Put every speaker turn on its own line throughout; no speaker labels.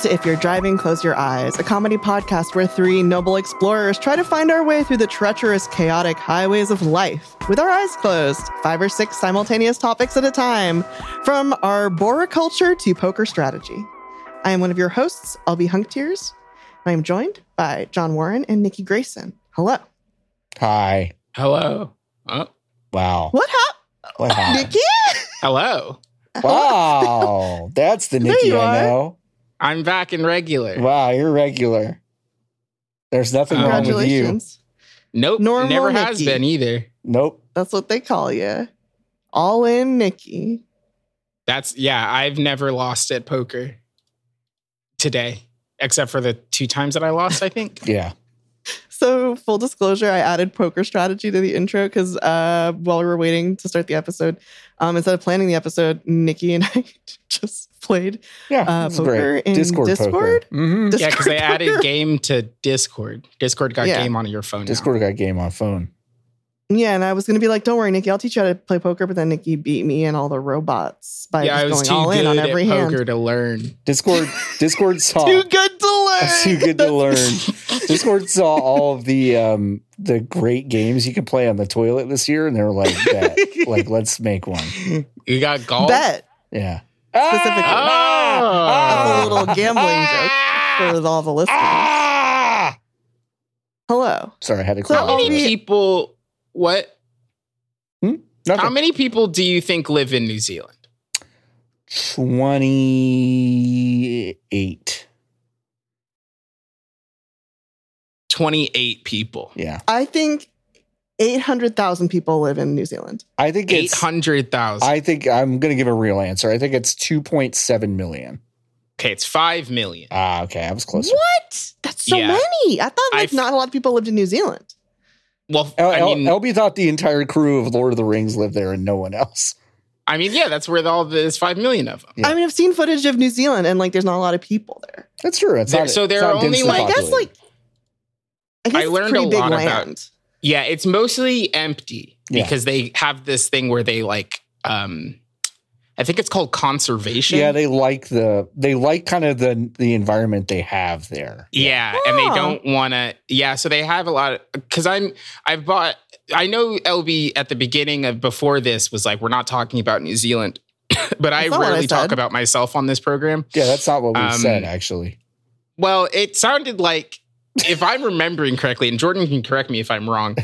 to If You're Driving, Close Your Eyes, a comedy podcast where three noble explorers try to find our way through the treacherous, chaotic highways of life with our eyes closed, five or six simultaneous topics at a time, from arboriculture to poker strategy. I am one of your hosts, LB Hunk Tears. I am joined by John Warren and Nikki Grayson. Hello.
Hi.
Hello. Oh,
Wow.
What happened,
What happened?
Nikki?
hello.
Wow. That's the
There
Nikki
you are.
I know.
I'm back in regular.
Wow, you're regular. There's nothing wrong with you.
Congratulations.
Nope.
Normal
never has
Nikki.
been either.
Nope.
That's what they call you. All in Nikki.
That's yeah, I've never lost at poker today. Except for the two times that I lost, I think.
Yeah.
So, full disclosure, I added poker strategy to the intro because uh, while we were waiting to start the episode, um, instead of planning the episode, Nikki and I just played
Yeah.
uh,
this is
poker in Discord.
Discord poker.
Discord,
Mm-hmm.
yeah, because they added
poker.
game to Discord. Discord got
Yeah.
game on your phone. now.
Discord got game on phone.
Yeah, and I was going to be like, don't worry, Nikki, I'll teach you how to play poker. But then Nikki beat me and all the robots by
Yeah, I was
just
too
going all
good
in on
at
every
poker
hand.
to learn.
Discord Discord saw
Too good to learn.
too good to learn. Discord saw all of the um the great games you can play on the toilet this year and they were like that. like let's make one.
You got golf. Oh!
Bet.
Yeah.
Specifically.
Ah!
That's a little gambling joke for all the listeners.
Ah!
Hello.
Sorry, I had to
So
cry.
How many
I'll be-
people what
Nothing.
how many people do you think live in New Zealand?
28.
28 people.
Yeah.
I think 800,000 people live in New Zealand.
I think it's
800,000.
I think I'm going to give a real answer. I think it's 2.7 million.
Okay, it's five million.
Ah, okay. I was close.
What? That's so
Yeah.
many. I thought like
I've-
not a lot of people lived in New Zealand.
Well,
L-
I
L-
mean,
LB thought the entire crew of Lord of the Rings lived there and no one else.
I mean, yeah, that's where all there's five million of them.
Yeah.
I mean, I've seen footage of New Zealand and like there's not a lot of people there.
That's true. It's
There-
not,
so
it's
there
not
are only,
densely
like-
I guess like
populated.
I guess
I
it's
learned a
pretty big
lot about-
land.
Yeah, it's mostly empty
Yeah.
because they have this thing where they like, um, I think it's called conservation.
yeah, they like the they like kind of the the environment they have there.
Yeah, and they
Oh.
don't want to. Yeah, so they have a lot of because I'm I've bought. I know LB at the beginning of before this was like we're not talking about New Zealand, but
That's
I
not what I
rarely talk
said.
about myself on this program.
Yeah, that's not what we
Um,
said actually.
Well, it sounded like, if I'm remembering correctly, and Jordan can correct me if I'm wrong,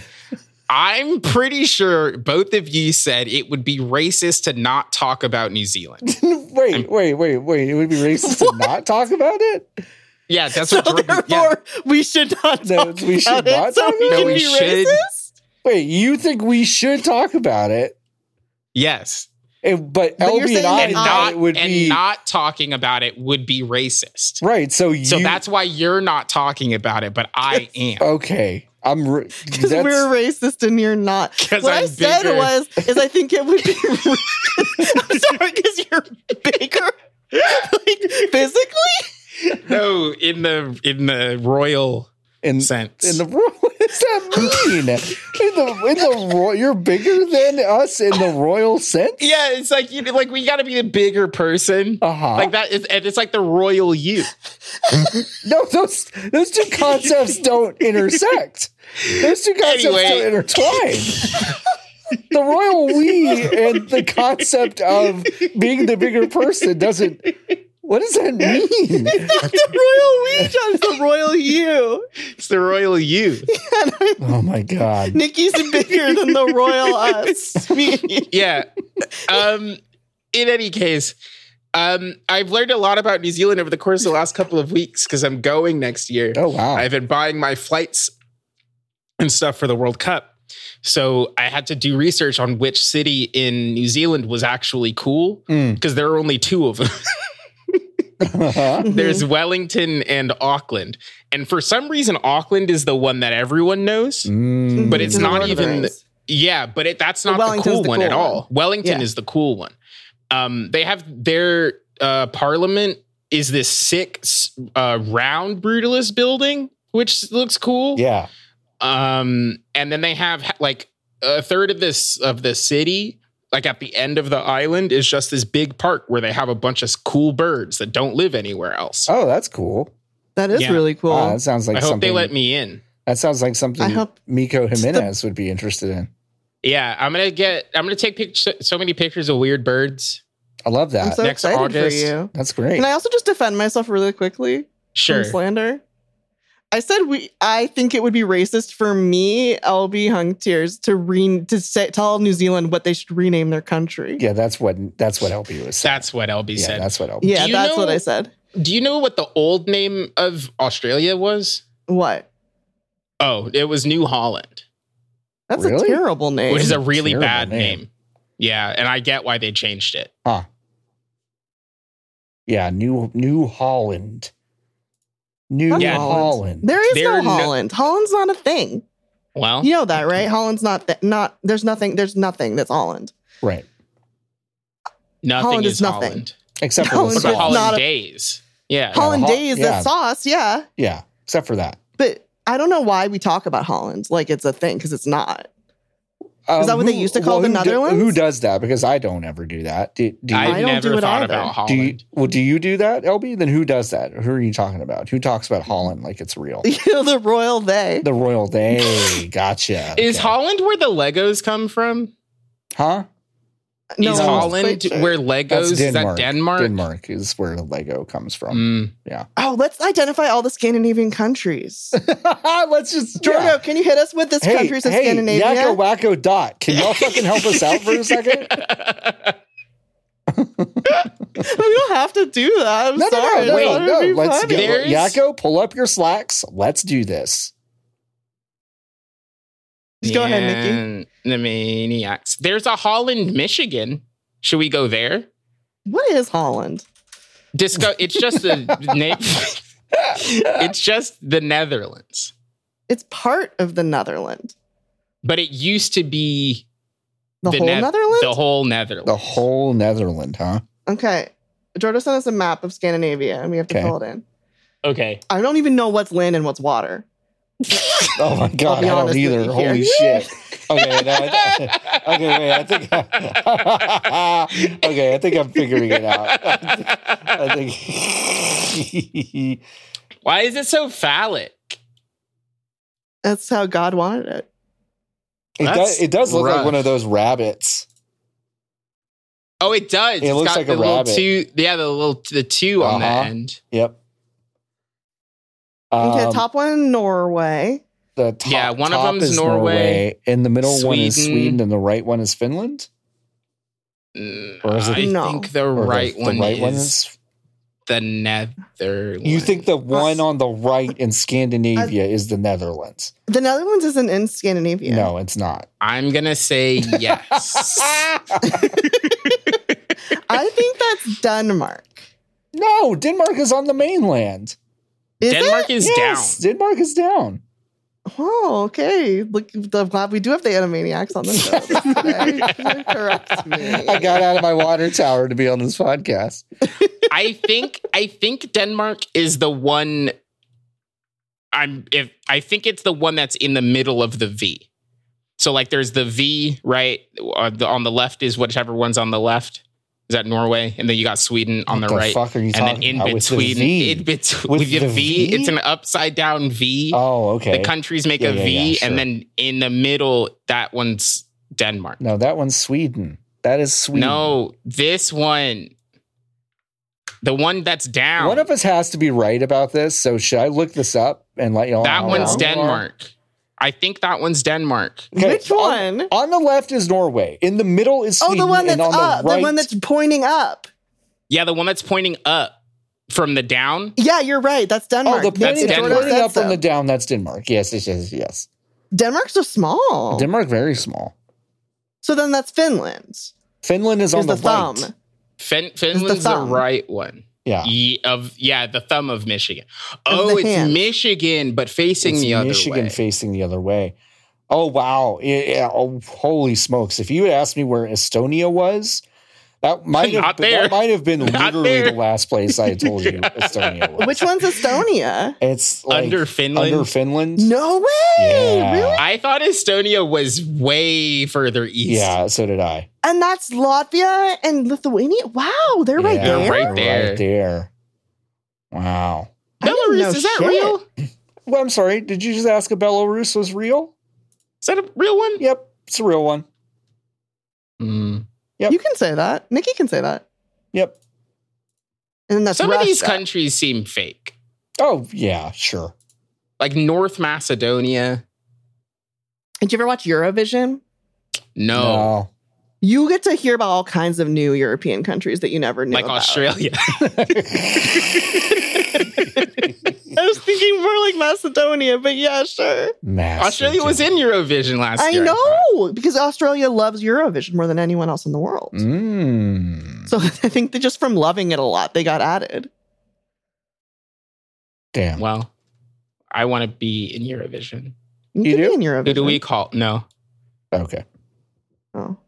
I'm pretty sure both of you said it would be racist to not talk about New Zealand.
wait, wait, wait, wait. It would be racist to not talk about it.
Yeah, that's
so
what Jordan.
therefore
Yeah.
we should not
No,
talk
we should
about it
not
so
talk
we
about
can
it.
be
No, we should.
racist.
Wait, you think we should talk about it?
Yes,
And- but
But you're
LB and
saying
I,
and
I-
thought
not
it would
and
be
not talking about it would be racist.
right. So you,
So that's why you're not talking about it, but I am.
okay. I'm re-
Because
that's-
we're racist and you're not.
'Cause
What
I'm
i said
bigger.
was, is I think it would be. I'm sorry, because you're bigger, like physically.
No, in the in the royal
in,
sense.
in the what does that mean? in the in the ro- you're bigger than us in the royal sense.
yeah, it's like you like we got to be a bigger person.
Uh huh.
Like that, is, and it's like the royal you.
no, those those two concepts don't intersect. Those two concepts
Anyway.
don't intertwine. the royal we and the concept of being the bigger person doesn't. What does that mean?
the royal we, John. It's the royal you.
It's the royal you.
Oh my god.
Nikki's bigger than the royal us. Me.
yeah. Um, in any case, um, I've learned a lot about New Zealand over the course of the last couple of weeks because I'm going next year.
Oh wow.
I've been buying my flights and stuff for the World Cup. So I had to do research on which city in New Zealand was actually cool
Mm.
because there are only two of them.
Uh-huh.
There's Wellington and Auckland. And for some reason, Auckland is the one that everyone knows.
Mm.
But it's
In the
not
Lord of the
even-
Rings.
Yeah, but it, that's
But
not the
Wellington's
cool
the
one
cool
at all.
one.
Wellington
Yeah.
is the cool one. Um, they have their uh, parliament is this sick s- uh, round brutalist building, which looks cool.
Yeah.
Um, and then they have like a third of this of the city like at the end of the island is just this big park where they have a bunch of cool birds that don't live anywhere else.
Oh, that's cool.
That is
Yeah.
really cool.
Wow, Ah, that sounds like
I hope
something.
they let me in.
that sounds like something
I hope-
Miko
the-
Jimenez would be interested in.
Yeah, I'm gonna get. I'm gonna take pictures, so many pictures of weird birds.
I love
I'm
that.
so
next
excited
August.
for you.
that's great.
Can I also just defend myself really quickly?
Sure.
from slander. I said we. I think it would be racist for me, LB Hung Tears, to re to say, tell New Zealand what they should rename their country.
yeah, that's what that's what LB was saying.
That's what LB
yeah,
said.
that's what LB.
Yeah,
Do you
that's what
know-
I said.
Do you know what the old name of Australia was?
What?
Oh, it was New Holland,
That's
Really?
a terrible name.
which is a really
Terrible
bad
name.
name. Yeah, and I get why they changed it.
Yeah, New New Holland. New
Yeah.
Holland.
there is no
They're no-
Holland. Holland's not a thing.
Oh,
Well,
You know that, right? Holland's not th- not. There's nothing. There's nothing that's Holland.
Right.
nothing
Holland
is,
is nothing.
Holland.
Except for
Holland
the
What about
It's
sauce.
not
Holland
a-
Days? Yeah.
Uh, Hol-
Holland
Ho-
days,
yeah.
the sauce, yeah.
yeah, except for that.
But I don't know why we talk about Holland like it's a thing because it's not.
Um,
that what they used to call the
who do-
Netherlands?
who does that? Because I don't ever do that. Do, do you,
I've
I don't
never
do it
thought
either.
about
do
Holland.
you, well, do you do that, LB? Then who does that? Who are you talking about? Who talks about Holland like it's real?
the royal they.
the royal day. Gotcha.
Is
Okay.
Holland where the Legos come from?
Huh?
No,
is
I was
Holland
quite sure.
where Legos? Is that Denmark?
Denmark is where the Lego comes from.
Mm.
Oh, let's identify all the Scandinavian countries.
Let's just
Jorgo,
yeah.
can you hit us with this countries of Scandinavia?
Yakko Wacko Dot. Can y'all fucking help us out for a second?
we don't have to do that. I'm
No, no, no,
sorry.
no,
I
no,
thought it'd
no.
be
Let's
funny.
go.
There's-
Yakko, pull up your slacks. Let's do this.
Just go ahead, Nikki.
And The Maniacs. There's a Holland, Michigan. Should we go there?
What is Holland?
Disco. It's just the name. It's just the Netherlands,
It's part of the Netherlands.
but it used to be
The, whole
Neth-
Netherlands?
The whole Netherlands.
The whole Netherland, huh?
okay. Jordo sent us a map of Scandinavia and we have to
Okay.
fill it in.
Okay.
I don't even know what's land and what's water.
Oh my god, I
be honest
don't
with
either.
you
Holy
here.
shit. Okay, no, I- okay, wait. I think. okay, I think I'm figuring it out. I think.
Why is it so phallic?
That's how God wanted it.
It does,
That's
it does look like
rough.
one of those rabbits.
Oh, it does.
It looks like a
the little
rabbit.
two. Yeah, the little the 2 on the
Uh-huh.
end.
Yep.
Okay,
Um,
top one, Norway.
The top,
Yeah, one of
top
them's
is
Norway.
and the middle one is
Sweden.
Sweden, and the right one is Finland.
Mm,
Or is it-
I
No.
think the
Or the-
right
the,
one
right
is
one is.
the Netherlands.
You think the one on the right in Scandinavia is the Netherlands?
The Netherlands isn't in Scandinavia.
No, it's not.
I'm gonna say yes.
I think that's Denmark.
No, Denmark is on the mainland.
Is it?
Denmark is
yes, Denmark is down.
Oh, okay. Look, I'm glad we do have the Animaniacs on the show. today. Correct me.
I got out of my water tower to be on this podcast.
down. I think I think Denmark is the one. I'm if I think it's the one that's in the middle of the V. So like, there's the V right on the, on the left is whichever one's on the left. Is that Norway? And then you got Sweden on
What
the, right.
fuck are you
and
talking
then in
about? With the
between,
V.
in between
With
with the
the
V,
V?
it's an upside down V.
oh, okay.
The countries make
Yeah,
a V,
yeah, yeah, sure.
and then in the middle, that one's Denmark.
no, that one's Sweden. That is Sweden.
No, this one, the one that's down,
One of us has to be right about this. So should I look this up and let
Oh,
y'all?
that
know how
one's
wrong you are?
Denmark. I think that one's Denmark.
Okay,
Which
on-
one?
On the left is Norway. In the middle is
oh,
Sweden.
the one that's
and on
up.
The, right,
The one that's pointing up.
Yeah, the one that's pointing up from the down.
Yeah, you're right. That's
oh,
Denmark.
the
That's
pointed,
Denmark.
pointed up
That's
from the
them.
down. That's Denmark. Yes, yes, yes, yes.
Denmark's so
Oh.
small.
Denmark very small.
so then that's Finland.
Finland is
Is
on
the,
the,
thumb.
right.
Fin- Finland's the,
thumb.
right one.
Yeah,
Ye- of yeah, the thumb of Michigan.
Of
Oh,
the
it's
hand.
Michigan, but facing
It's
the other
Michigan
way.
facing the other way. Oh wow! Yeah, yeah. Oh, holy smokes! If you had asked me where Estonia was, That might have
Not
been,
there.
that might have been
Not
literally
there.
the last place I told you Estonia was.
Which one's Estonia?
It's like
Under Finland?
Under Finland.
No way!
Yeah.
Really?
I thought Estonia was way further east.
Yeah, so did I.
And that's Latvia and Lithuania? Wow, they're right
Yeah,
there.
They're right
they're
there.
Right there. Wow.
I didn't know
Belarus, is that
shit.
real?
Well, I'm sorry. Did you just ask if Belarus was real?
Is that a real one?
Yep, it's a real one.
Hmm.
Yep.
You can say that. Nikki can say that.
Yep.
And then that's
Some of these
Russia.
countries seem fake.
Oh yeah, sure.
Like North Macedonia.
Did you ever watch Eurovision?
No.
You get to hear about all kinds of new European countries that you never knew
like
about.
Australia.
I was thinking more like Macedonia, but yeah, sure.
Master
Australia was in Eurovision last
I
year. thought.
know because Australia loves Eurovision more than anyone else in the world.
Mm,
So I think that just from loving it a lot, they got added.
damn.
Well, I want to be in Eurovision.
You,
You
could
do?
be in Eurovision.
Who do we call? No.
Okay.
Oh.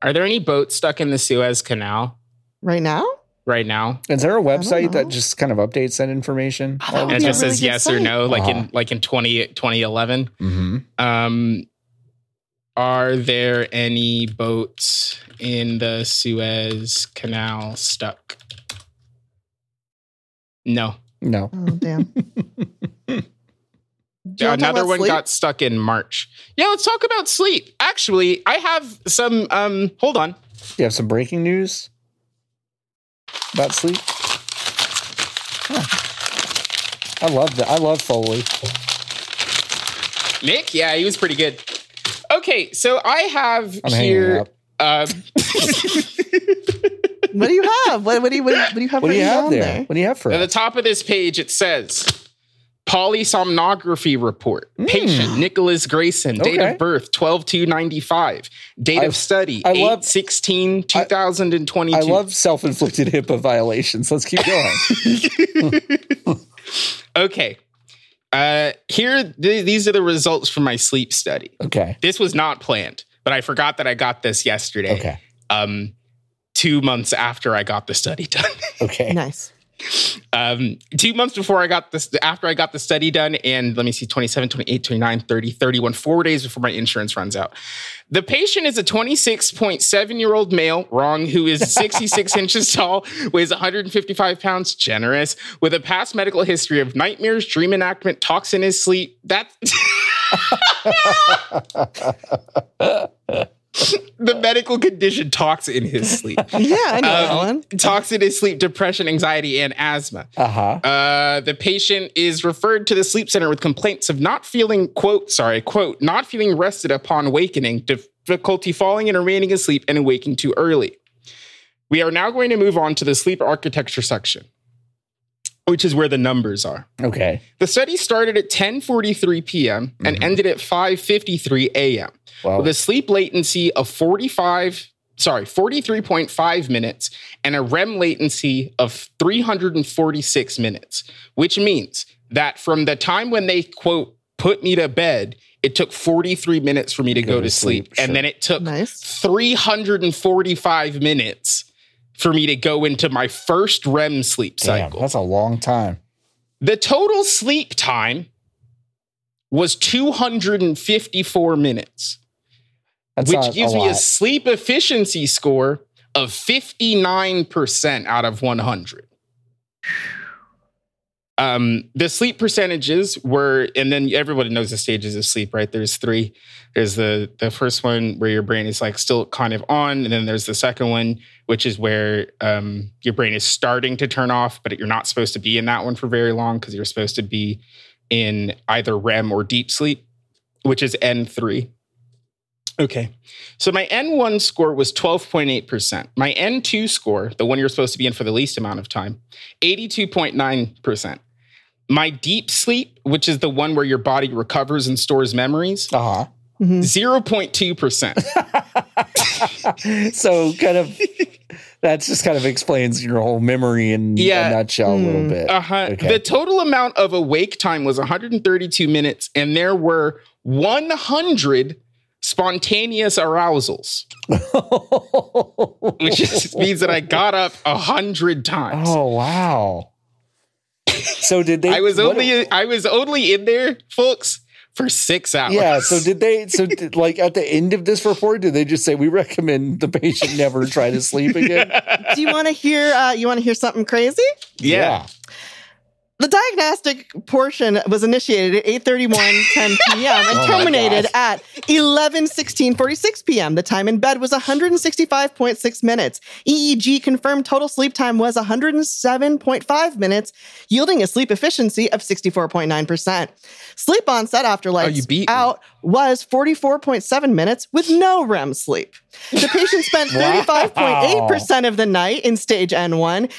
Are there any boats stuck in the Suez Canal
Right now?
right now?
Is there a website
know.
that just kind of updates that information?
Oh, that
And
would
it
be a
just
really
says
good
yes or
site.
no, like
Uh-huh.
in like in 20, 2011.
Mhm.
Um, are there any boats in the Suez Canal stuck? No.
No.
Oh, damn. Do you wanna talk
Another
about
one
sleep?
got stuck in March. Yeah, let's talk about sleep. Actually, I have some um hold on.
You have some breaking news about sleep. Huh. I love that. I love Foley.
Nick, yeah, he was pretty good. Okay, so I have
I'm hanging
here
up.
uh,
What do you have? What, what do you what, do you- what do you have?
What do you
written
have
down
there? What do you have for
at the
us?
top of this page it says polysomnography report. Patient Nicholas Grayson, date
Hmm. Okay.
of birth 12 295, date
I-
of study
I
8
love-
16 2022.
I love self-inflicted HIPAA violations. Let's keep going.
Okay. Uh here th- these are the results from my sleep study.
okay.
This was not planned, but I forgot that I got this yesterday.
Okay.
Um 2 months after I got the study done.
Okay.
Nice.
um, two months before I got this, after I got the study done, and let me see, 27, 28, 29, 30, 31, four days before my insurance runs out. The patient is a 26.7 year old male, wrong, who is 66 inches tall, weighs 155 pounds, generous, with a past medical history of nightmares, dream enactment, talks in his sleep. That. the medical condition talks in his sleep.
Yeah, I know that
Um,
one.
Talks in his sleep, depression, anxiety, and asthma.
Uh-huh.
Uh, the patient is referred to the sleep center with complaints of not feeling quote sorry quote not feeling rested upon awakening difficulty falling and remaining asleep and waking too early we are now going to move on to the sleep architecture section which is where the numbers are
Okay.
the study started at 10:43 p.m. and
Mhm.
ended at 5:53 a.m.
Well,
with a sleep latency of 45 sorry 43.5 minutes and a REM latency of 346 minutes, which means that from the time when they quote put me to bed, it took 43 minutes for me to go, to sleep,
sure.
and then it took
Nice.
345 minutes for me to go into my first REM sleep
damn,
cycle.
that's a long time.
The total sleep time was 254 minutes,
That's
which
not
gives
a
me a
lot.
sleep efficiency score of 59% out of 100. Um, the sleep percentages were, and then everybody knows the stages of sleep, right? There's three. There's the the first one where your brain is like still kind of on, and then there's the second one, which is where um, your brain is starting to turn off, but you're not supposed to be in that one for very long because you're supposed to be in either REM or deep sleep, which is N3. Okay. So my N1 score was 12.8%. My N2 score, the one you're supposed to be in for the least amount of time, 82.9%. My deep sleep, which is the one where your body recovers and stores memories,
Uh-huh.
Mm-hmm.
0.2%.
so kind of that just kind of explains your whole memory in
Yeah.
a nutshell a little
Mm.
bit.
Uh-huh.
Okay.
The total amount of awake time was 132 minutes, and there were 100 spontaneous arousals,
oh
which just means that I got up a hundred times.
wow. So did they?
I was
what-
only I was only in there, folks, for six hours.
Yeah. So did they? So did, like at the end of this report, did they just say we recommend the patient never try to sleep again?
Do you want to hear? Uh, you want to hear something crazy?
yeah.
The diagnostic portion was initiated at 8:31 10 p.m. and
Oh my
terminated
gosh.
at 11:16:46 p.m. The time in bed was 165.6 minutes. EEG confirmed total sleep time was 107.5 minutes, yielding a sleep efficiency of 64.9%. Sleep onset
Oh,
after lights
beat me.
out was 44.7 minutes with no REM sleep. The patient spent 35.8% of the night in stage N1,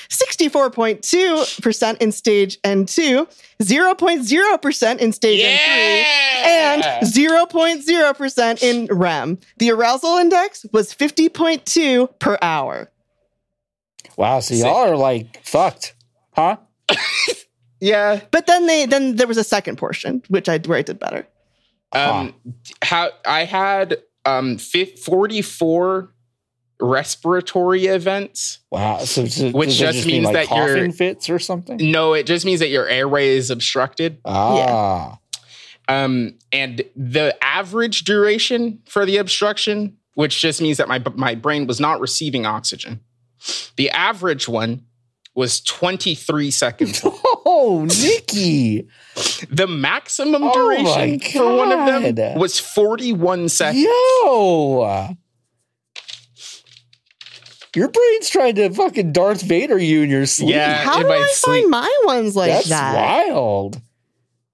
64.2% in stage N2, 0.0% in stage N3, and 0.0% in REM. The arousal index was 50.2 per hour.
Wow. So y'all are like fucked, huh?
yeah.
But then they then there was a second portion, which I where I did better.
Um, how I had um fif- 44 respiratory events.
Wow. So, so
Which
does it
just means
like,
that you're-
coughing fits or something.
No, it just means that your airway is obstructed.
Ah.
Um, and the average duration for the obstruction, which just means that my my brain was not receiving oxygen. The average one was 23 seconds.
Oh, Nikki.
the maximum
Oh my
duration for one of them
God.
was 41 seconds.
Yo. Your brain's trying to fucking Darth Vader you in your sleep.
Yeah.
How
in
do
my
I
sleep.
find my ones like
That's
that?
wild.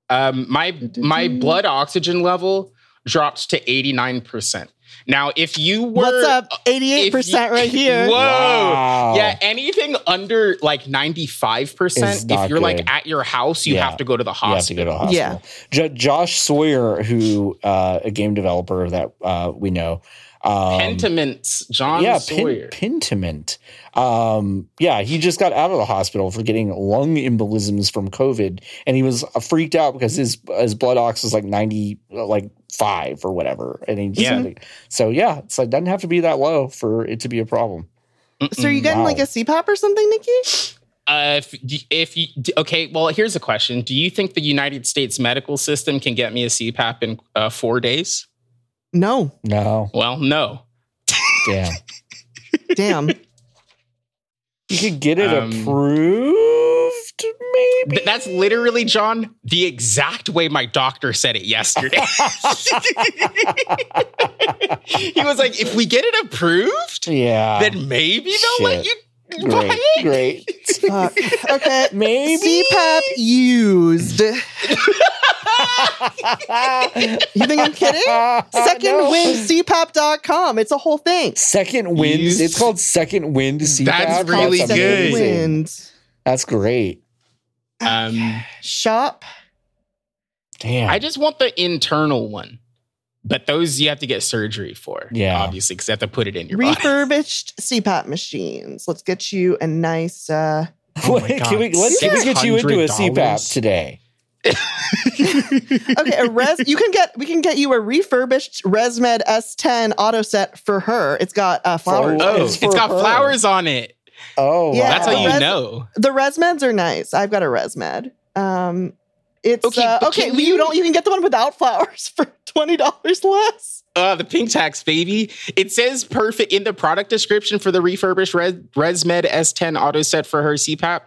Um, my my blood oxygen level dropped to 89%. Now, if you were
What's up?
if you-
88% right here.
Whoa.
Wow.
Yeah, anything under like 95%,
Is
if
not
you're like
good.
at your house, you
Yeah.
have to go to the
You have to
hospital.
go to a hospital. Jo- Josh Sawyer, who uh, a game developer that uh, we know. Um,
Pentiments, John
yeah,
Sawyer.
pin, Pentiment. Um, yeah, he just got out of the hospital for getting lung embolisms from COVID, and he was uh, freaked out because his his blood ox was like ninety, uh, like five or whatever, and he just
Yeah.
had to- so yeah, so it doesn't have to be that low for it to be a problem.
So are you getting
Wow.
like a CPAP or something, Nikki?
Uh, if if you d- okay, well, here's a question: Do you think the United States medical system can get me a CPAP in uh, four days?
No.
No,
Well, no.
damn,
Damn.
you could get it
Um,
approved, maybe.
Th- that's literally John the exact way my doctor said it yesterday. he was like, "If we get it approved,
Yeah,
then maybe they'll let you
Ah, shit.
buy
great,
it."
great.
Fuck. Uh, Okay.
Maybe
CPAP used. You think I'm kidding?
No.
Secondwindcpap.com. It's a whole thing.
Second wind.
Use-
It's called second wind. CPAP.
That's really
Second
good.
amazing.
Wind.
That's great.
Um,
Shop.
Damn.
I just want the internal one, but those you have to get surgery for.
Yeah.
obviously, because you have to put it in your body.
Refurbished CPAP machines. Let's get you a nice uh
Oh my
can we,
God,
let's can we get you into a
$600?
CPAP today.
Okay, a res you can get we can get you a refurbished ResMed S10 auto set for her. It's got uh flowers.
Oh,
Oh,
It's
it's
for
got
her.
flowers on it.
Oh,
Yeah.
That's how
the
you
res-
know.
The ResMeds are nice. I've got a ResMed. Um, it's
Okay,
okay. Uh,
but
okay,
can
you,
you-
don't. You can get the one without flowers for twenty dollars less.
Uh, the pink tax, baby. It says perfect in the product description for the refurbished Res- ResMed S10 auto set for her CPAP.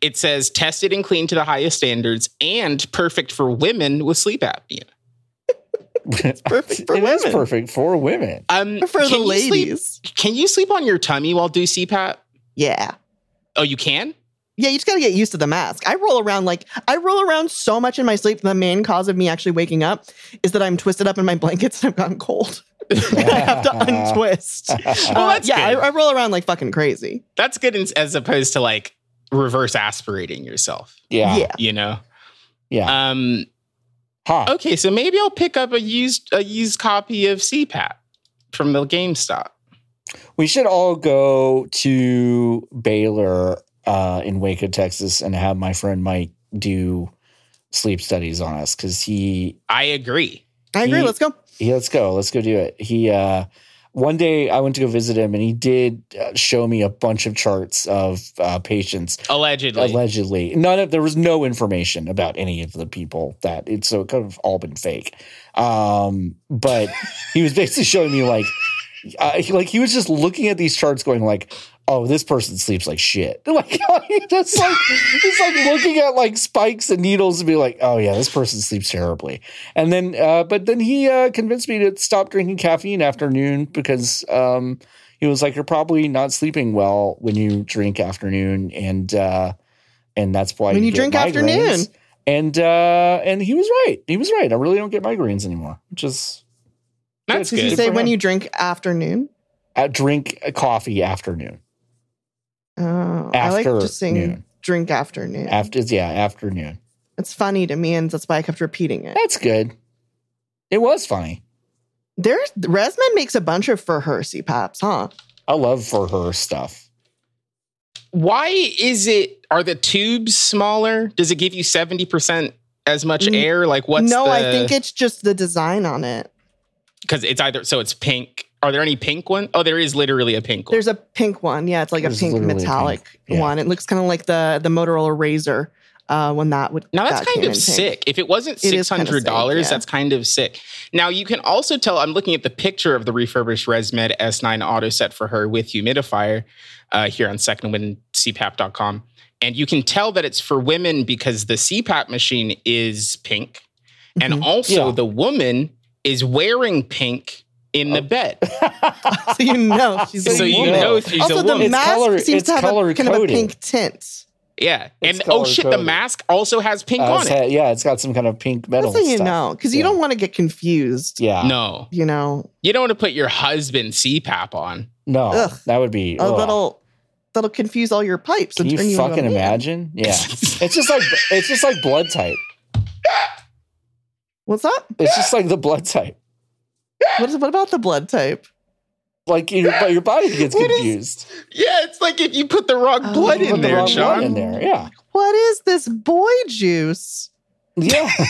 It says tested and cleaned to the highest standards and perfect for women with sleep apnea.
Perfect for
It
women.
is perfect for women.
Um,
For the
can you sleep-
ladies.
can you sleep on your tummy while do CPAP?
Yeah.
Oh, you can?
Yeah, you just gotta get used to the mask. I roll around like I roll around so much in my sleep. The main cause of me actually waking up is that I'm twisted up in my blankets and I've gotten cold. and I have to untwist.
Well,
Uh,
that's
yeah, I,
good.
I roll around like fucking crazy.
That's good in- as opposed to like reverse aspirating yourself,
Yeah. Yeah.
yeah.
you know?
yeah.
Um,
Huh.
okay, so maybe I'll pick up a used a used copy of CPAP from the GameStop.
We should all go to Baylor uh, in Waco, Texas, and have my friend Mike do sleep studies on us because he
I agree.
I agree.
He-
Let's go.
Yeah, let's go. Let's go do it. He uh one day I went to go visit him and he did uh, show me a bunch of charts of uh, patients
Allegedly.
allegedly. None of there was no information about any of the people that it so it could have all been fake. Um but he was basically showing me like uh, he- like he was just looking at these charts going like oh this person sleeps like shit like that's like he's like looking at like spikes and needles and be like oh yeah this person sleeps terribly and then uh but then he uh convinced me to stop drinking caffeine after noon because um he was like you're probably not sleeping well when you drink afternoon and uh and that's why
When you
get
drink
migraines."
afternoon.
and uh and he was right he was right i really don't get migraines anymore which is
That's
Did you
good.
say
say
for
when
him.
you drink afternoon?
uh, drink a coffee afternoon.
Oh, I like just saying
Afternoon.
drink afternoon.
After yeah, afternoon.
it's funny to me, and that's why I kept repeating it.
That's good. It was funny.
There's Resman makes a bunch of for her CPAPs, huh?
I love for her stuff.
Why is it? Are the tubes smaller? Does it give you seventy percent as much
N-
air? Like what's
no,
the,
I think it's just the design on it.
because it's either so it's pink. Are there any pink one? Oh, there is literally a pink one.
There's a pink one. Yeah, it's like
There's
a pink
literally a
metallic
pink. Yeah.
one. It looks kind of like the the Motorola Razor uh, when that would.
Now
that
that's kind
came
of
in pink.
sick. If it wasn't
It
six
is kinda sick,
hundred dollars,
yeah.
that's kind of sick. Now you can also tell. I'm looking at the picture of the refurbished ResMed S9 Auto Set for her with humidifier uh, here on SecondWindCPAP.com, and you can tell that it's for women because the CPAP machine is pink, and
Mhm.
also
Mm-hmm. Yeah.
the woman is wearing pink in
Oh.
the bed.
Uh,
so you know she's a
so you
woman.
know she's
also,
a
the
woman.
ma-
mask
color-
seems
it's
to have a,
color
kind of a
coded.
pink tint.
yeah,
It's
and oh
color
shit, the
coded.
mask also has pink
Uh,
on
it's
it.
had- yeah, it's got some kind of pink metal.
That's how you
stuff.
know, because you
Yeah.
don't want to get confused.
Yeah. No.
No,
You know,
you don't want to put your husband CPAP on.
Ugh.
that would be
a
ugh.
little that'll confuse all your pipes
Can
and
you
turn you into a
fucking
man.
imagine? Yeah. it's just like it's just like blood type.
What's up?
It's just like the blood type.
What is what about the blood type?
Like your your body gets
What is-
confused.
Yeah, it's like if you put the wrong
Oh.
blood
You put
in
the
there,
wrong blood
Sean.
in there. Yeah.
What is this boy juice?
Yeah.
I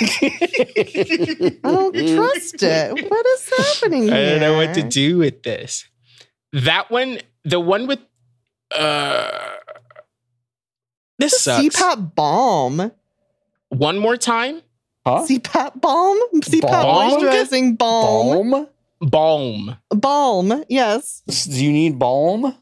don't
Mm-hmm.
trust it. What is happening here?
I don't know what to do with this. That one, the one with, uh, this sucks.
CPAP balm.
One more time,
Huh?
CPAP balm? CPAP
Balm?
moisturizing balm.
Balm?
balm.
balm. Yes.
Do you need balm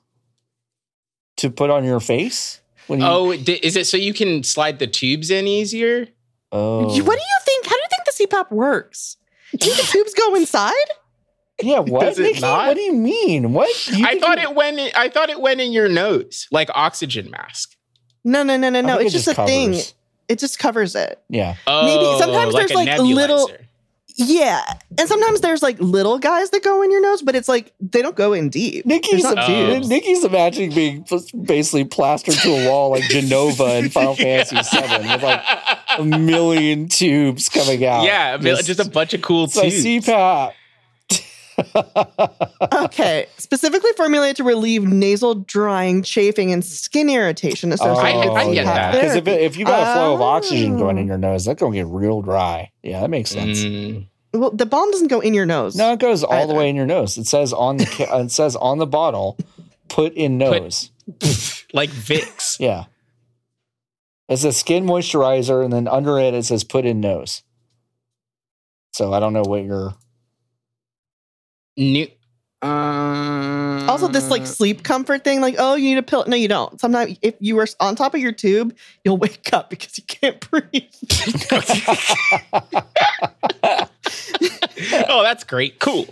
to put on your face? When you,
Oh, di- is it so you can slide the tubes in easier?
Oh.
You- What do you think? How do you think the CPAP works? Do you think the tubes go inside?
yeah, what?
Does it
Nikki?
not?
What do you mean? What? You
I
think
thought
you-
it went. In, I thought it went in your nose, like oxygen mask.
No, no, no, no,
I
no.
think
It's
it
just, a thing.
covers.
It just covers it.
Yeah.
Oh,
sometimes there's, like, a little- Yeah. And sometimes there's like little guys that go in your nose, but it's like they don't go in deep.
Nikki's,
There's not
tubes.
Nikki's imagining being just basically plastered to a wall like Genova in Final Fantasy VII with like a million tubes coming out.
yeah, just, just a bunch of cool
it's my
tubes.
CPAP.
Okay. Specifically formulated to relieve nasal drying, chafing, and skin irritation associated
Oh,
I- I
with
get
CPAP
that.
Because if,
therapy.
it- if you got a flow of oxygen going
Oh.
in your nose, that's gonna get real dry. Yeah, that makes sense.
Mm.
Well, the balm doesn't go in your nose.
No, it goes all
Either.
the way in your nose. It says on the ca- it says on the bottle, put in nose.
like Vicks.
yeah. It's a skin moisturizer, and then under it it says put in nose. So I don't know what your
New. Uh,
Also, this like sleep comfort thing, like, oh, you need a pill. No, you don't. Sometimes if you were on top of your tube, you'll wake up because you can't breathe.
oh, that's great. Cool.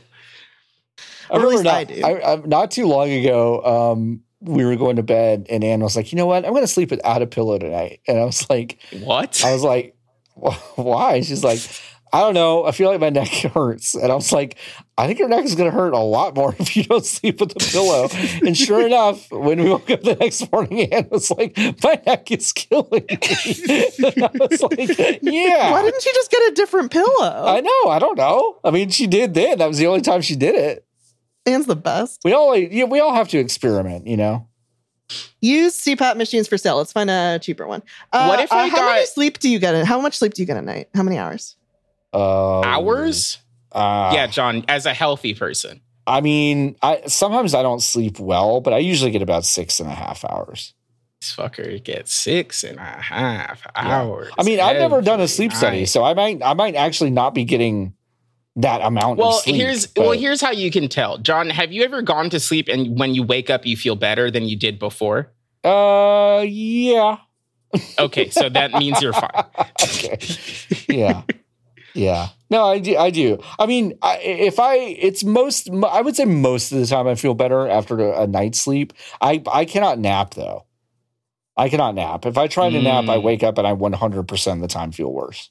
I
Or at
remember
least
not,
I do.
I, I- not too long ago, um, we were going to bed, and Ann was like, "You know what? I'm going to sleep without a pillow tonight." And I was like,
What?
I was like, "Wh- "Why?" She's like, "I don't know. I feel like my neck hurts." And I was like, "I think your neck is going to hurt a lot more if you don't sleep with a pillow." and sure enough, when we woke up the next morning, Ann was like, "My neck is killing me." and I was like, "Yeah."
Why didn't you just get a different
I
pillow?
know. I don't know. I mean, she did then. That was the only time she did it.
Anne's the best.
We all yeah, we all have to experiment, you know.
Use CPAP machines for sale. Let's find a cheaper one. Uh,
What if
uh,
we
how many
got-
sleep do you get? In, how much sleep do you get a night? How many hours?
Uh,
Hours?
Uh,
yeah, John, as a healthy person.
I mean, I sometimes I don't sleep well, but I usually get about six and a half hours.
This fucker gets six and a half
Yeah.
hours.
I mean, I've never done a
every
sleep study,
night.
so I might I might actually not be getting that amount.
Well,
of sleep,
here's well,
but-
here's how you can tell. John, have you ever gone to sleep and when you wake up you feel better than you did before?
Uh, yeah,
Okay, so that means you're fine.
okay, yeah, yeah. No, I do. I do. I mean, I, if I, it's most. I would say most of the time I feel better after a, a night's sleep. I I cannot nap though. I cannot nap. If I try to nap, I
Mm.
wake up and I 100% of the time feel worse.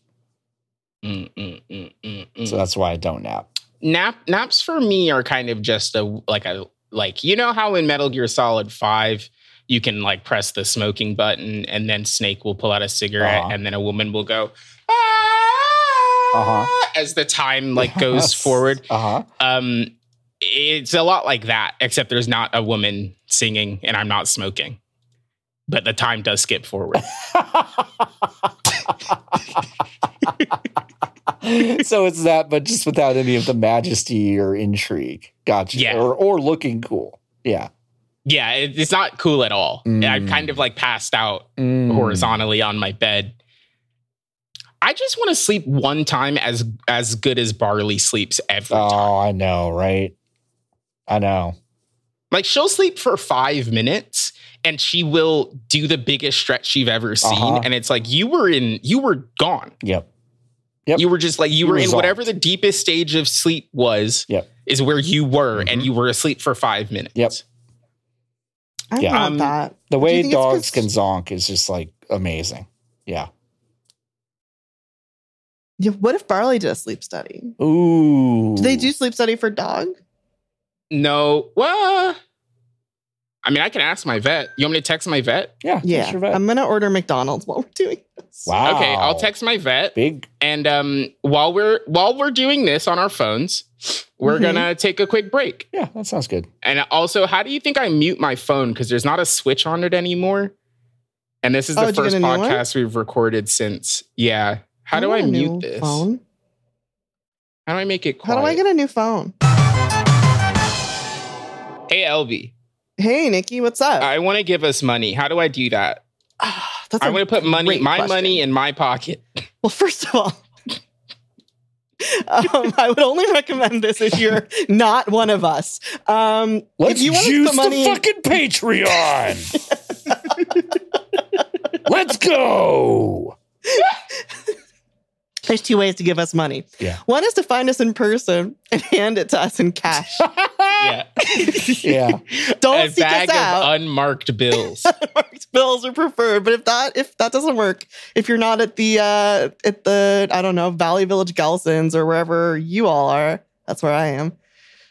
Mm, mm, mm, mm, mm.
So that's why I don't nap.
nap naps for me are kind of just a like a like you know how in Metal Gear Solid 5 you can like press the smoking button and then Snake will pull out a cigarette
Uh-huh.
and then a woman will go ah,
Uh-huh.
as the time like goes forward.
Uh huh.
Um it's a lot like that except there's not a woman singing and I'm not smoking. But the time does skip forward.
so it's that, but just without any of the majesty or intrigue. Gotcha.
Yeah.
Or, or looking cool. Yeah.
yeah, it, it's not cool at all. And
Mm.
I've kind of like passed out
Mm.
horizontally on my bed. I just want to sleep one time as as good as Barley sleeps every time.
Oh, I know, right? I know.
Like she'll sleep for five minutes and she will do the biggest stretch you've ever seen.
Uh-huh.
And it's like you were in you were gone.
Yep. Yep.
You were just like you
You
were
resolved.
in whatever the deepest stage of sleep was,
Yep.
is where you were, and
Mm-hmm.
Mhm.
you were asleep for five minutes.
Yep.
I
Yeah.
want
Um,
that.
The
you
way
think it's 'cause-
dogs can zonk is just like amazing. Yeah.
Yeah, What if Barley did a sleep study?
Ooh.
Do they do sleep study for dog?
No. Well, I mean, I can ask my vet. You want me to text my vet?
Yeah.
Yeah. Um,
that's your vet.
I'm gonna order McDonald's while we're doing this.
wow.
Okay, I'll text my vet.
Big.
And um, while we're while we're doing this on our phones, we're
Mhm.
gonna take a quick break.
Yeah, that sounds good.
And also, how do you think I mute my phone? Because there's not a switch on it anymore. And this is
Oh,
the
did you
first
get a new one?
podcast we've recorded since. Yeah. How do I,
want a new
mute this?
Phone.
How do I make it
How
quiet?
do I get a new phone?
hey, LB,
Hey, Nikki, what's up?
I want to give us money. How do I do that?
Ah, that's
I
a
want to put money,
great
my
question.
money, in my pocket.
Well, first of all, um, I would only recommend this if you're not one of us. Um,
Let's
if you want to
juice
put money,
the fucking Patreon. Let's go.
there's two ways to give us money.
Yeah.
One is to find us in person and hand it to us in cash.
Yeah,
Yeah.
Don't
a
seek
bag
us
of
out.
unmarked bills.
Unmarked bills are preferred, but if that if that doesn't work, if you're not at the uh, at the I don't know Valley Village Gelsons or wherever you all are, that's where I am.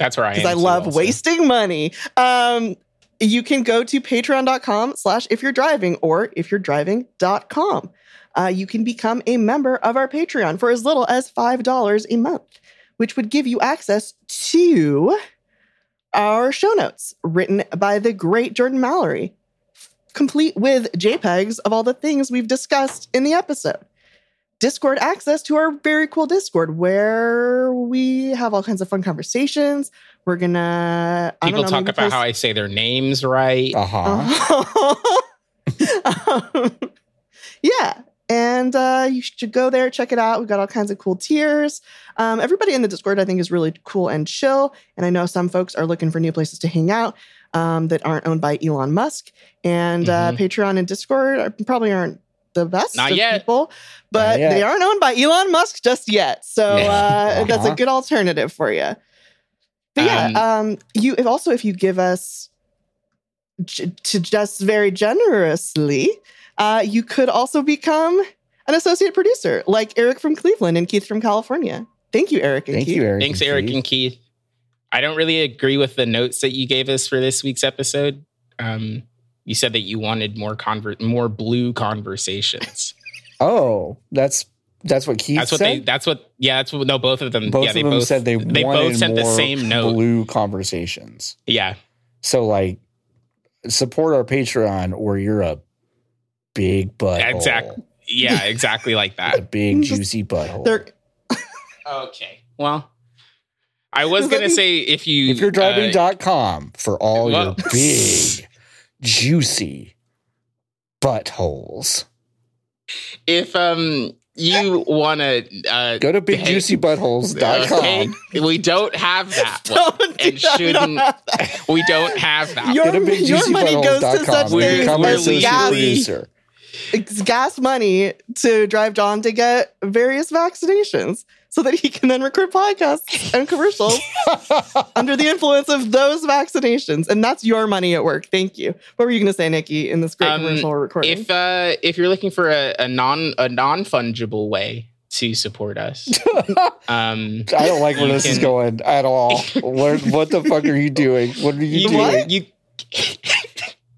That's where I am.
because I
too,
love
also.
wasting money. Um, you can go to patreon.com slash if you're driving or if you're driving.com. Uh, you can become a member of our Patreon for as little as $5 a month, which would give you access to our show notes written by the great Jordan Mallory, complete with JPEGs of all the things we've discussed in the episode. Discord access to our very cool Discord where we have all kinds of fun conversations. We're gonna I
People
don't know,
talk
maybe
about how
post-
I say their names right.
Uh
Uh-huh.
huh.
Um, yeah. And uh, you should go there, check it out. We've got all kinds of cool tiers. Um, everybody in the Discord, I think, is really cool and chill. And I know some folks are looking for new places to hang out um, that aren't owned by Elon Musk. And uh,
Mhm.
Patreon and Discord are, probably aren't the best
Not
of
yet.
people, but
Not yet.
they aren't owned by Elon Musk just yet. So
Yeah.
uh, that's a
Uh-huh.
good alternative for you. But yeah,
Um,
um, you if also if you give us j- to just very generously, uh, you could also become an associate producer like Eric from Cleveland and Keith from California. Thank you, Eric and
Thank
Keith.
you, Eric.
Thanks, Eric
Keith.
and Keith. I don't really agree with the notes that you gave us for this week's episode. Um, you said that you wanted more conver- more blue conversations.
Oh, that's that's what Keith
that's what they.
said.
That's what. Yeah, that's what. No, both of them.
both
yeah,
of
they
them
both
said they
They
wanted
both sent
more
the same note.
blue conversations.
Yeah,
So like, support our Patreon or you're a big butthole.
Exact- yeah, exactly like
A
that.
big
Just-
juicy butthole.
They're
Okay. Well, I was
Does that
gonna
mean-
say if you
If you're driving
uh,
dot com for all your
well-
big, juicy buttholes,
if um you wanna uh
go to bigjuicybuttholes.com.
okay, we don't have that one.
Don't do
And
that.
shouldn't- We don't have that.
Your,
Go to
your money goes to such
bigjuicybuttholes.com and
We're-
things
become
we're
an
as
associate
gas,
producer.
it's gas money to drive John to get various vaccinations so that he can then record podcasts and commercials under the influence of those vaccinations. And that's your money at work. Thank you. What were you going to say, Nikki, in this great
Um,
commercial we're recording?
If uh if you're looking for a, a non a non fungible way to support us, um
I don't like where
You
this is
can-
going at all. What, what the fuck are you doing? What are you
you
doing?
What?
you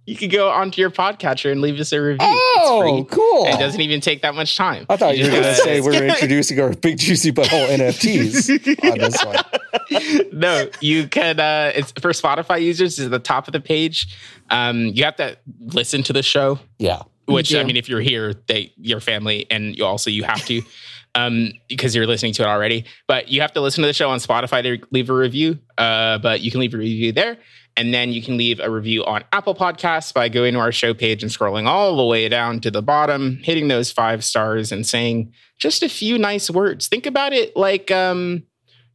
you could go onto your podcatcher and leave us a review.
Oh,
it's free.
cool.
It doesn't even take that much time.
I thought you were going
just
to
gotta-
say we were introducing our big juicy butthole NFTs on this one.
no, you can. Uh, it's for Spotify users. Is at the top of the page. Um, you have to listen to the show,
Yeah.
which I
do.
mean, if you're here, they your family, and you also you have to, um, because you're listening to it already. But you have to listen to the show on Spotify to leave a review. Uh, but you can leave a review there, and then you can leave a review on Apple Podcasts by going to our show page and scrolling all the way down to the bottom, hitting those five stars, and saying just a few nice words. Think about it like um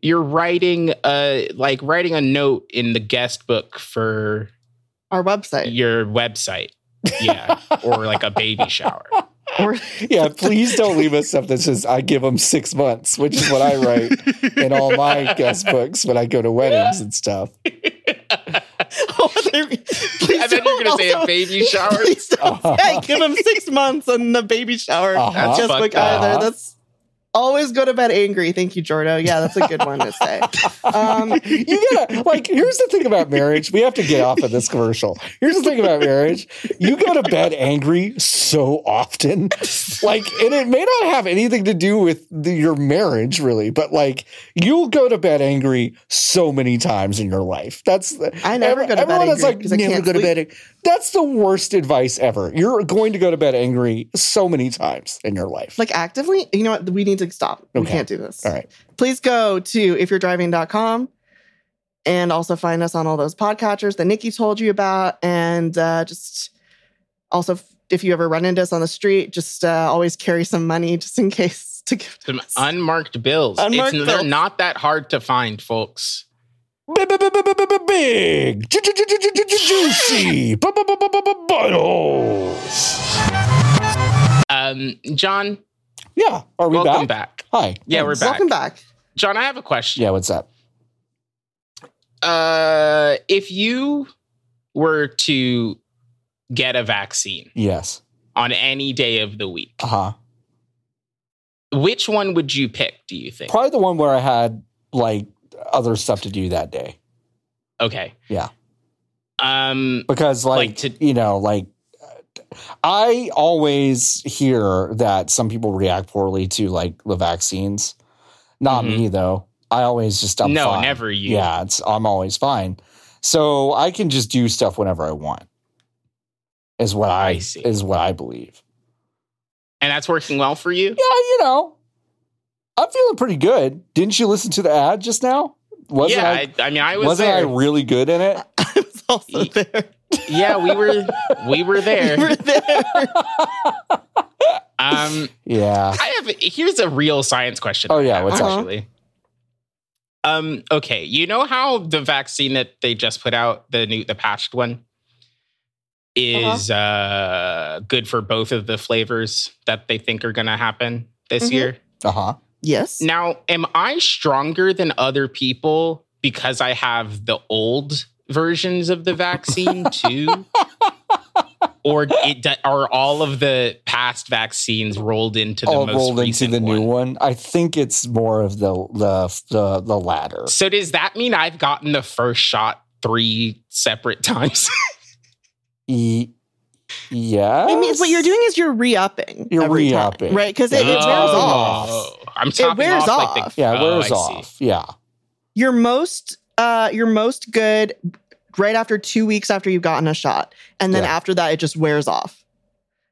you're writing a like writing a note in the guest book for
Our website.
your website. Yeah. or like a baby shower.
Or-
Yeah, please don't leave us stuff that says I give them six months, which is what I write in all my guest books when I go to weddings and stuff.
Please
I bet you're
don't
gonna say a
also-
baby shower.
Please don't
Uh-huh.
say give him six months and the baby shower.
Uh-huh.
Just like
Fuck
either.
that.
That's always go to bed angry. Thank you, Jordo. Yeah, that's a good one to say. Um,
You gotta like. Here's the thing about marriage. We have to get off of this commercial. Here's the thing about marriage. You go to bed angry so often, like, and it may not have anything to do with the, your marriage, really, but like, you'll go to bed angry so many times in your life. That's
I never go to bed
everyone that's
angry
like
'cause I
never
can't
go to
sleep."
bed. ang-" That's the worst advice ever. You're going to go to bed angry so many times in your life.
like actively, you know what? We need to stop. We
Okay.
can't do this.
All right.
Please go to ifyou'redriving.com and also find us on all those podcatchers that Nikki told you about. And uh, just also, f- if you ever run into us on the street, just uh, always carry some money just in case to give
Some
us.
unmarked bills.
Unmarked
it's, they're
bills.
not that hard to find, folks.
big ju- ju- ju- ju- ju- ju- ju- juicy bu- bu- bu- bu- bu- bu- buttholes.
Um, John,
Yeah, are we
welcome
back?
back?
Hi.
Yeah, we're
Thanks.
back.
Welcome back.
John, I have a question.
Yeah, what's up?
Uh, if you were to get a vaccine
Yes.
on any day of the week,
Uh huh.
which one would you pick? Do you think?
Probably the one where I had like other stuff to do that day
Okay.
Yeah.
Um.
because, like,
Like to-
you know, like I always hear that some people react poorly to like the vaccines. Not
Mhm.
me though. I always just I'm
no,
fine.
never you.
Yeah, it's I'm always fine. So I can just do stuff whenever I want. Is what I,
I see.
is what I believe.
And that's working well for you.
Yeah, you know. I'm feeling pretty good. Didn't you listen to the ad just now? Wasn't
yeah.
I,
I, I mean, I was
was not
there.
I really good in it?
I was also
Ye-
there.
yeah, we were. We were
You
there.
were there.
Um.
Yeah.
I have. Here's a real science question.
Oh, yeah, what's
up?
actually? Um. Okay. You know how the vaccine that they just put out, the new, the patched one, is uh good for both of the flavors that they think are going to happen this
Mhm.
year.
Uh-huh.
yes.
Now, am I stronger than other people because I have the old versions of the vaccine too? or it, do- are all of the past vaccines rolled into the
All
most
rolled into
recent
the new
one?
one. I think it's more of the the the, the latter.
So does that mean I've gotten the first shot three separate times?
E- yeah.
I mean, it's what you're doing is you're re-upping.
You're
every time,
re-upping.
right? Because it, it wears
Oh.
off.
I'm topping
wears
off,
off.
Like the,
Yeah, it
Oh,
wears
I see.
off. Yeah.
You're most, uh, you're most good right after two weeks after you've gotten a shot, and then
Yeah.
after that, it just wears off.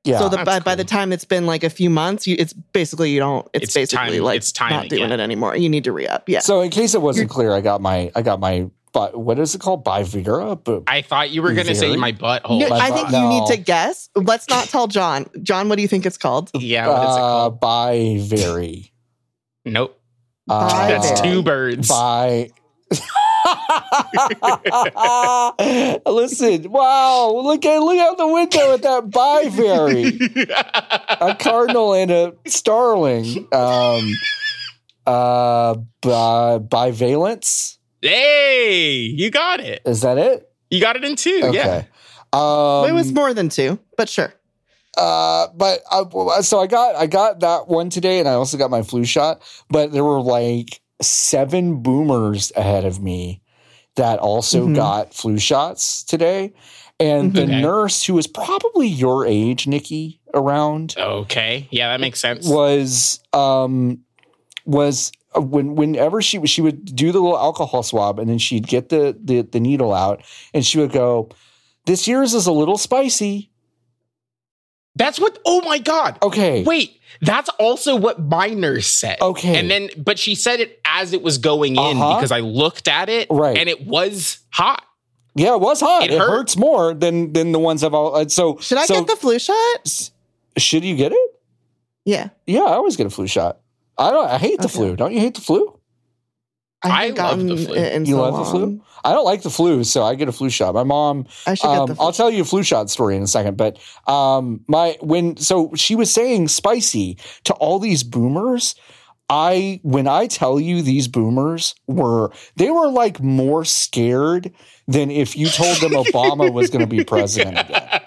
Yeah.
so the,
That's
by, by the
cool.
time it's been like a few months, you, it's basically you don't. It's,
It's
basically
time-
like
it's timing,
not doing
yeah.
it anymore. You need to re up. Yeah.
So in case it wasn't clear, I got my I got my but what is it called? Bivigura? But
I thought you were going to say
Very-
my butthole.
You-
my
I think
God.
you need
No.
to guess. Let's not tell John. John, what do you think it's called?
yeah, what is it
uh,
called?
Biviri.
Nope.
Uh,
That's
Biviri.
two birds.
By Listen, wow, look at look out the window at that Bivary. A cardinal and a starling. Um uh bi- bivalence.
hey, you got it.
Is that it?
You got it in two. Yeah.
Um,
it was more than two, but sure.
Uh, but I, so I got I got that one today, and I also got my flu shot. But there were like seven boomers ahead of me that also
Mhm.
got flu shots today, and the
Mhm.
Mm-hmm. Okay.
nurse who was probably your age, Nikki, around
Okay. Yeah, that makes sense.
was um was uh, when whenever she she would do the little alcohol swab and then she'd get the the, the needle out and she would go, "This year's is a little spicy."
That's what. Oh my god.
Okay. Oh,
Wait, that's also what my nurse said.
Okay.
And then, but she said it as it was going in
Uh-huh.
because I looked at it.
Right.
And it was hot.
Yeah, it was hot.
It
It,
hurt.
hurts more than than the ones I've all. uh, So
Should I
so-
get the flu shot?
Should you get it?
Yeah.
Yeah, I always get a flu shot. I don't. I hate the
Okay.
flu. Don't you hate the flu?
I
haven't
love the
gotten
flu.
it in
You
so
love the flu?
long.
I don't like the flu, so I get a flu shot. My mom.
I should get the flu.
Um, I'll tell you a flu shot story in a second, but um, my when so she was saying spicy to all these boomers. I when I tell you these boomers were they were like more scared than if you told them Obama was going to be president again.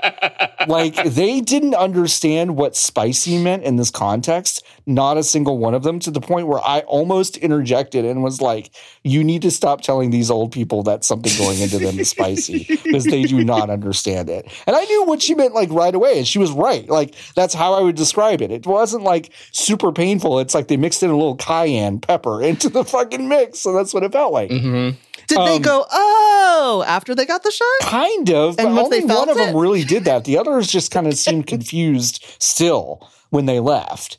like they didn't understand what spicy meant in this context not a single one of them to the point where i almost interjected and was like you need to stop telling these old people that something going into them is spicy because they do not understand it and i knew what she meant like right away and she was right like that's how i would describe it it wasn't like super painful it's like they mixed in a little cayenne pepper into the fucking mix so that's what it felt like
Mhm.
Did they
um,
go, oh, after they got the shot?
kind of, but
And once
only
they felt
one of them
it?
really did that. The others just kind of seemed confused still when they left.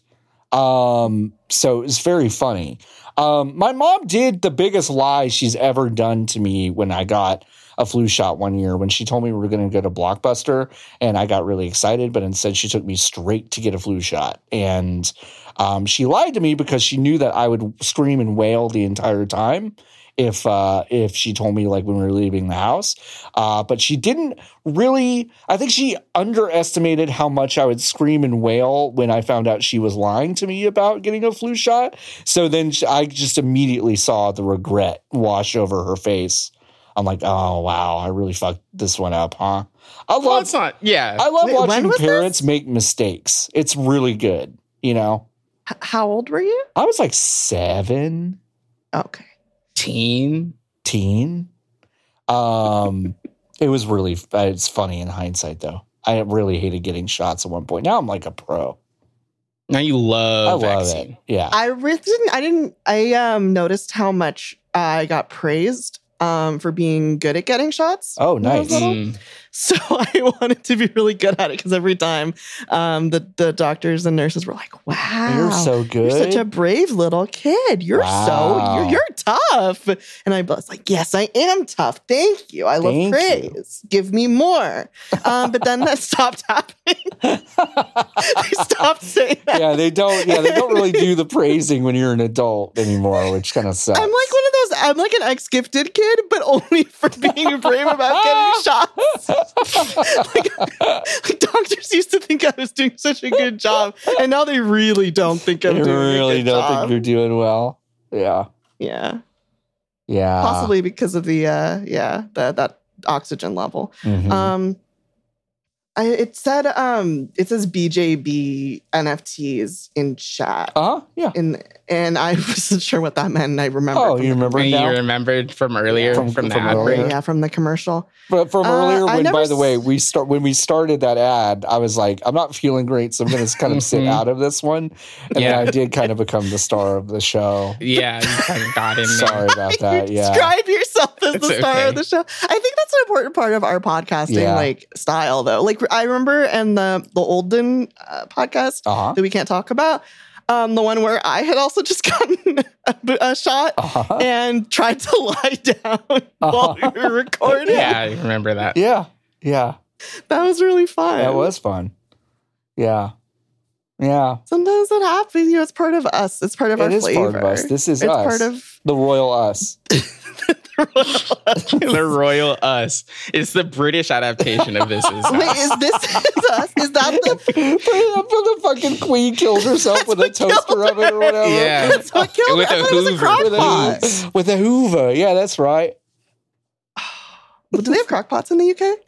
Um, so it's very funny. Um, my mom did the biggest lie she's ever done to me when I got a flu shot one year when she told me we were going to go to Blockbuster and I got really excited, but instead she took me straight to get a flu shot. And um, she lied to me because she knew that I would scream and wail the entire time if uh, if she told me like when we were leaving the house. Uh, but she didn't really. I think she underestimated how much I would scream and wail when I found out she was lying to me about getting a flu shot. So then sh I just immediately saw the regret wash over her face. I'm like, oh wow, I really fucked this one up, huh? I
Well, uh,
love
it's not. Yeah.
I love
Wait, when
watching
was this?
parents make mistakes. It's really good, you know.
H- how old were you?
I was like seven.
Okay.
Teen.
15. Um, it was really, uh, it's funny in hindsight though. I really hated getting shots at one point. Now I'm like a pro.
Now you love,
I love
vaccine.
it. Yeah.
I really didn't. I didn't. I um noticed how much uh, I got praised um for being good at getting shots.
Oh,
when I was
nice.
little.
Mm.
So I wanted to be really good at it because every time um the the doctors and nurses were like, "Wow,
You're so
you're
good.
such a brave little kid. You're so
Wow.
you're, you're tough." And I was like, "Yes, I am tough. Thank you. I love
Thank you.
praise. Give me more." Um, but then that stopped happening. they stopped saying that.
yeah, they don't. Yeah, they don't really do the praising when you're an adult anymore, which kind of sucks.
I'm like one of those. I'm like an ex-gifted kid, but only for being brave about getting shots. like, like doctors used to think I was doing such a good job, and now they really don't think I'm
you
doing a
really
good
don't
job.
think you're doing well. Yeah.
yeah,
Yeah.
possibly because of the uh, yeah the, that oxygen level.
Mhm.
Um, I, it said um, it says BJB NFTs in chat.
uh-huh. Yeah.
and and I wasn't sure what that meant. And I remember
Oh,
from
you
the-
remember
And
now?
you remembered from earlier
From-
from, the
from
outbreak.
earlier.
yeah from the commercial.
But from
Uh,
earlier,
I
when
never
by the way
s-
we start when we started that ad, I was like, I'm not feeling great, so I'm going to kind of sit
Mhm.
out of this one. And
Yeah.
then I did kind of become the star of the show.
Yeah, you kind of got in there.
Sorry about that.
you
Yeah,
describe yourself as
It's
the star
okay.
of the show. I think that's an important part of our podcasting
Yeah.
like style though. Like I remember and the the Olden uh, podcast
Uh huh.
that we can't talk about. Um, the one where I had also just gotten a, a shot
Uh huh.
and tried to lie down
Uh-huh.
while we were recording.
Yeah, I remember that.
Yeah. Yeah.
That was really fun.
That was fun. Yeah. Yeah.
Sometimes it happens. You know, it's part of us. It's part of
It
our
is
flavor.
part of us. This is
it's
us.
part of
the royal us.
the Royal Us. It's the British adaptation of This Is
Wait,
Us.
is this is us? Is that the
But the fucking queen kills herself with a toaster oven or whatever.
Yeah.
that's what killed
With
her? I
a
thought it was a
Hoover.
crock
With
pot.
a, with a Hoover. Yeah, that's right.
Do they have crock pots in the UK?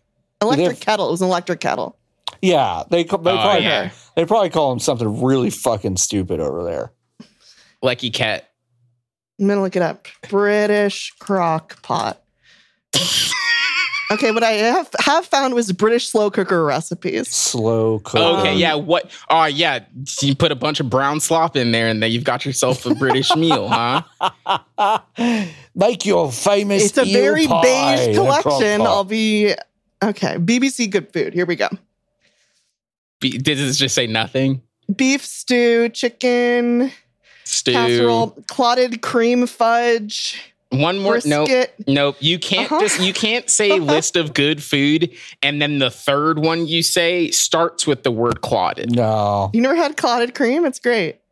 Electric
have-
kettle. It was an electric kettle.
Yeah, they ca- they
Oh,
probably
yeah.
they probably call him something really fucking stupid over there.
Lucky Cat.
I'm gonna look it up. British crock pot. okay, what I have, have found was British slow cooker recipes.
Slow cooker.
Okay,
Um,
yeah. What? Oh, yeah. You put a bunch of brown slop in there, and then you've got yourself a British meal, huh?
Make your famous.
It's a
eel
very
pie in
beige
a crock
collection.
pot.
I'll be okay. BBC Good Food. Here we go.
Be- Does this just say nothing?
Beef stew, chicken
Stew.
casserole, clotted cream fudge,
One more. Nope.
brisket.
Nope, you can't
Uh-huh.
just you can't say list of good food and then the third one you say starts with the word clotted.
no.
You never had clotted cream? It's great.
Oh.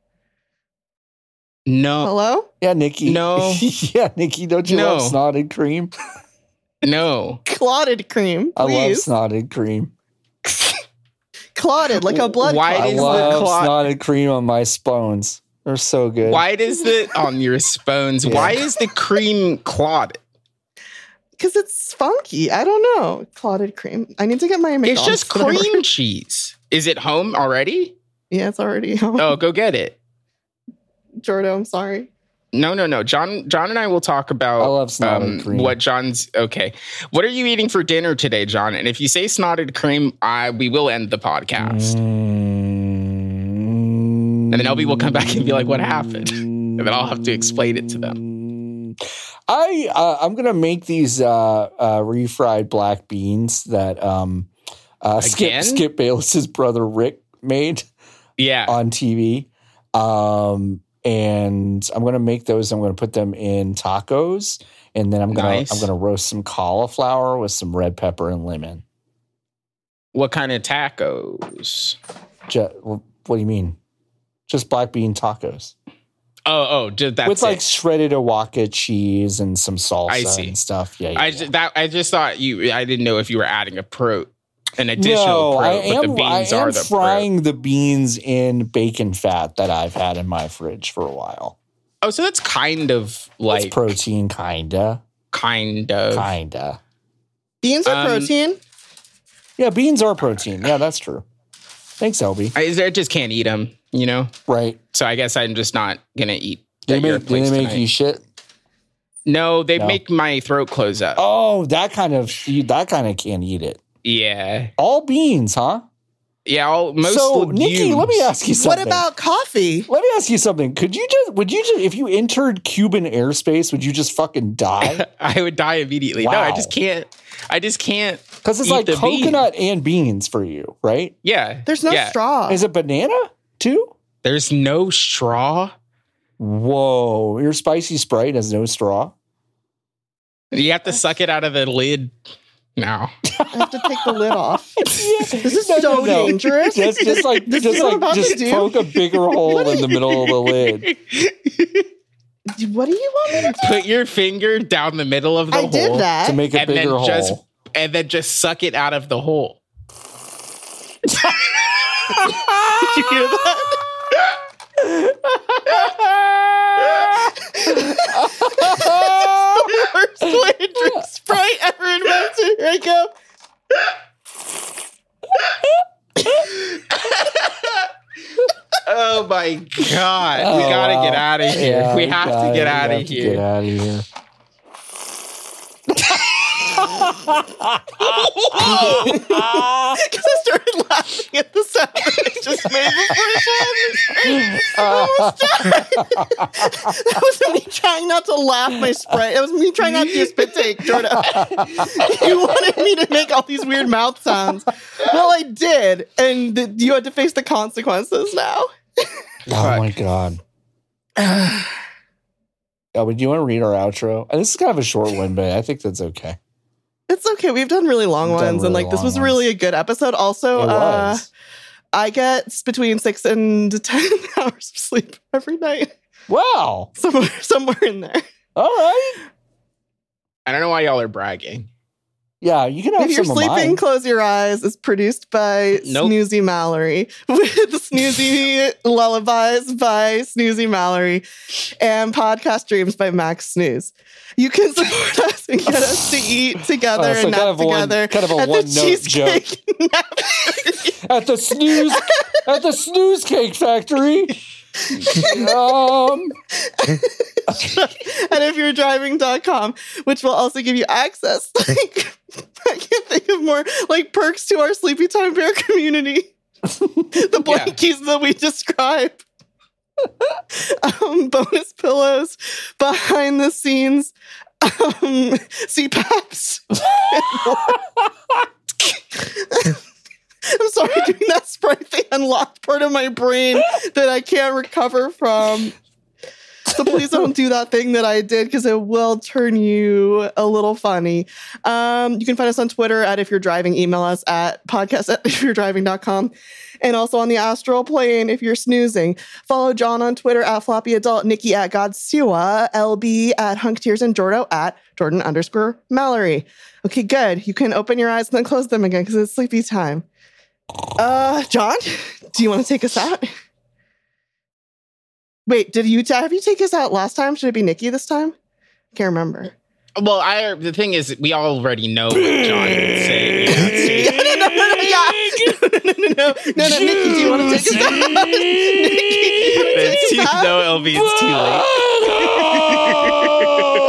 No,
Hello?
Yeah, Nikki.
No.
yeah, Nikki. Don't you
No.
love snotted cream?
no.
Clotted cream.
I love
Please.
snotted cream.
Clotted, like a blood
Why
clot.
I
is the
love
clot-
snotted cream on my spoons. They're so good.
Why does the on your spoons?
Yeah.
Why is the cream clotted?
Because it's funky. I don't know. Clotted cream. I need to get my
It's
McDonald's.
just
whatever.
cream cheese. Is it home already?
Yeah, it's already home.
Oh, go get it.
Jordo, I'm sorry.
No, no, no. John, John, and I will talk about.
I love snotted
um,
cream.
What John's okay? What are you eating for dinner today, John? And if you say snotted cream, I we will end the podcast.
Mm. And
then Elby will come back and be like, "What happened?" And then I'll have to explain it to
them. I uh, I'm gonna make these uh, uh, refried black beans that um, uh, Skip
Again?
Skip Bayless's brother Rick made
Yeah,
on TV. Um, and I'm gonna make those. I'm gonna put them in tacos, and then I'm gonna
Nice.
I'm gonna roast some cauliflower with some red pepper and lemon.
What kind of tacos?
Ju- what do you mean? Just black bean tacos
Oh, oh, just that's
with like
it.
shredded Oaxaca cheese and some salsa
I see.
and stuff. Yeah, yeah,
I
yeah.
just, that I just thought you. I didn't know if you were adding a pro, an additional
no,
pro,
I
but
am
the beans
I am
are the pro.
frying the beans in bacon fat that I've had in my fridge for a while.
Oh, so that's kind of
Like
like
protein, kinda,
kind of.
kinda.
Beans are
Um,
protein.
Yeah, beans are protein. Yeah, that's true. Thanks, Elby.
I, I just can't eat them, you know.
Right?
So I guess I'm just not gonna eat.
They
at your
make, do they
place
make
tonight.
you shit.
No, they
No.
make my throat close up.
Oh, that kind of you, that kind of can't eat it.
Yeah,
All beans, huh?
yeah. I'll, most
so, Nikki, let me
legumes.
ask you
What
something.
about coffee?
Let me ask you something. Could you just, would you just, if you entered Cuban airspace, would you just fucking die?
I would die immediately. No, I
Wow.
just can't. I just can't.
Because it's
Eat
like
the
coconut and beans for you, right?
Yeah.
There's no
yeah.
straw.
Is it banana too?
There's no straw.
Whoa, your spicy sprite has no straw.
You have to suck it out of the lid now.
I have to take the lid off. This is
No,
so
no, no.
dangerous.
Just, just like,
This is
just
what I'm
like,
about to
just
do?
poke a bigger hole in the middle of the lid.
what do you want me to do?
Put your finger down the middle of the
I
hole.
did that.
to make a
And then
bigger hole.
just and then just suck it out of the hole. did you hear that?
First way to drink Sprite ever invented. Here I go.
Oh my god. we
Oh,
gotta
wow.
get out of here.
Yeah,
we have
got
to
it.
get
We
out of
have to Get
here.
out of here.
Because I started laughing at the sound. that I just made before I That was me trying not to laugh my sprite. It was me trying not to do a spit take, Jordan. you wanted me to make all these weird mouth sounds. Well, I did, and th- you had to face the consequences now.
Oh my god. Elwood, do you want to read our outro? And this is kind of a short one, but I think that's okay.
It's okay. We've done really long
We've
ones,
done
and
really
like this
long
was
ones.
really a good episode. Also,
it
uh,
was.
I get s- between six and ten hours of sleep every night,
Wow.
somewhere, somewhere in there.
All right.
I don't know why y'all are bragging.
Yeah, you can have
if you're
some of mine.
sleeping, close your eyes. Is produced by
Nope.
Snoozy Mallory with Snoozy Lullabies by Snoozy Mallory and Podcast Dreams by Max Snooze. You can support us and get us to eat
Uh,
together
so
and nap
kind of one,
together
kind of a
at the
one note joke
Cheesecake Nap-
at the snooze at the snooze cake factory. um,
at ifyou'redriving.com, which will also give you access. Like, I can't think of more like perks to our Sleepy Time Bear community. the blankies that we describe. um, bonus pillows, behind the scenes, um, CPAPs. I'm sorry, doing that sprite thing unlocked part of my brain that I can't recover from. So please don't do that thing that I did because it will turn you a little funny. Um, you can find us on Twitter at if you're driving, email us at podcast at if you're driving.com and also on the astral plane if you're snoozing. Follow John on Twitter at floppy adult, Nikki at Godsiwa, LB at hunk tears, and Jordo at Jordan underscore Mallory. Okay, good. You can open your eyes and then close them again because it's sleepy time. Uh, John, do you want to take us out? Wait, did you have you take us out last time? Should it be Nikki this time? Can't remember.
Well, I the thing is, we already know what John would say.
Yeah, no, no, no, no, yeah. no, no, no, no, no, no, Nikki, do you want to take us out? Nikki,
It's
take
too, no,
us out?
LB, it's too late.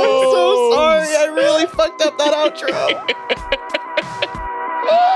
I'm so sorry. I really fucked up that outro.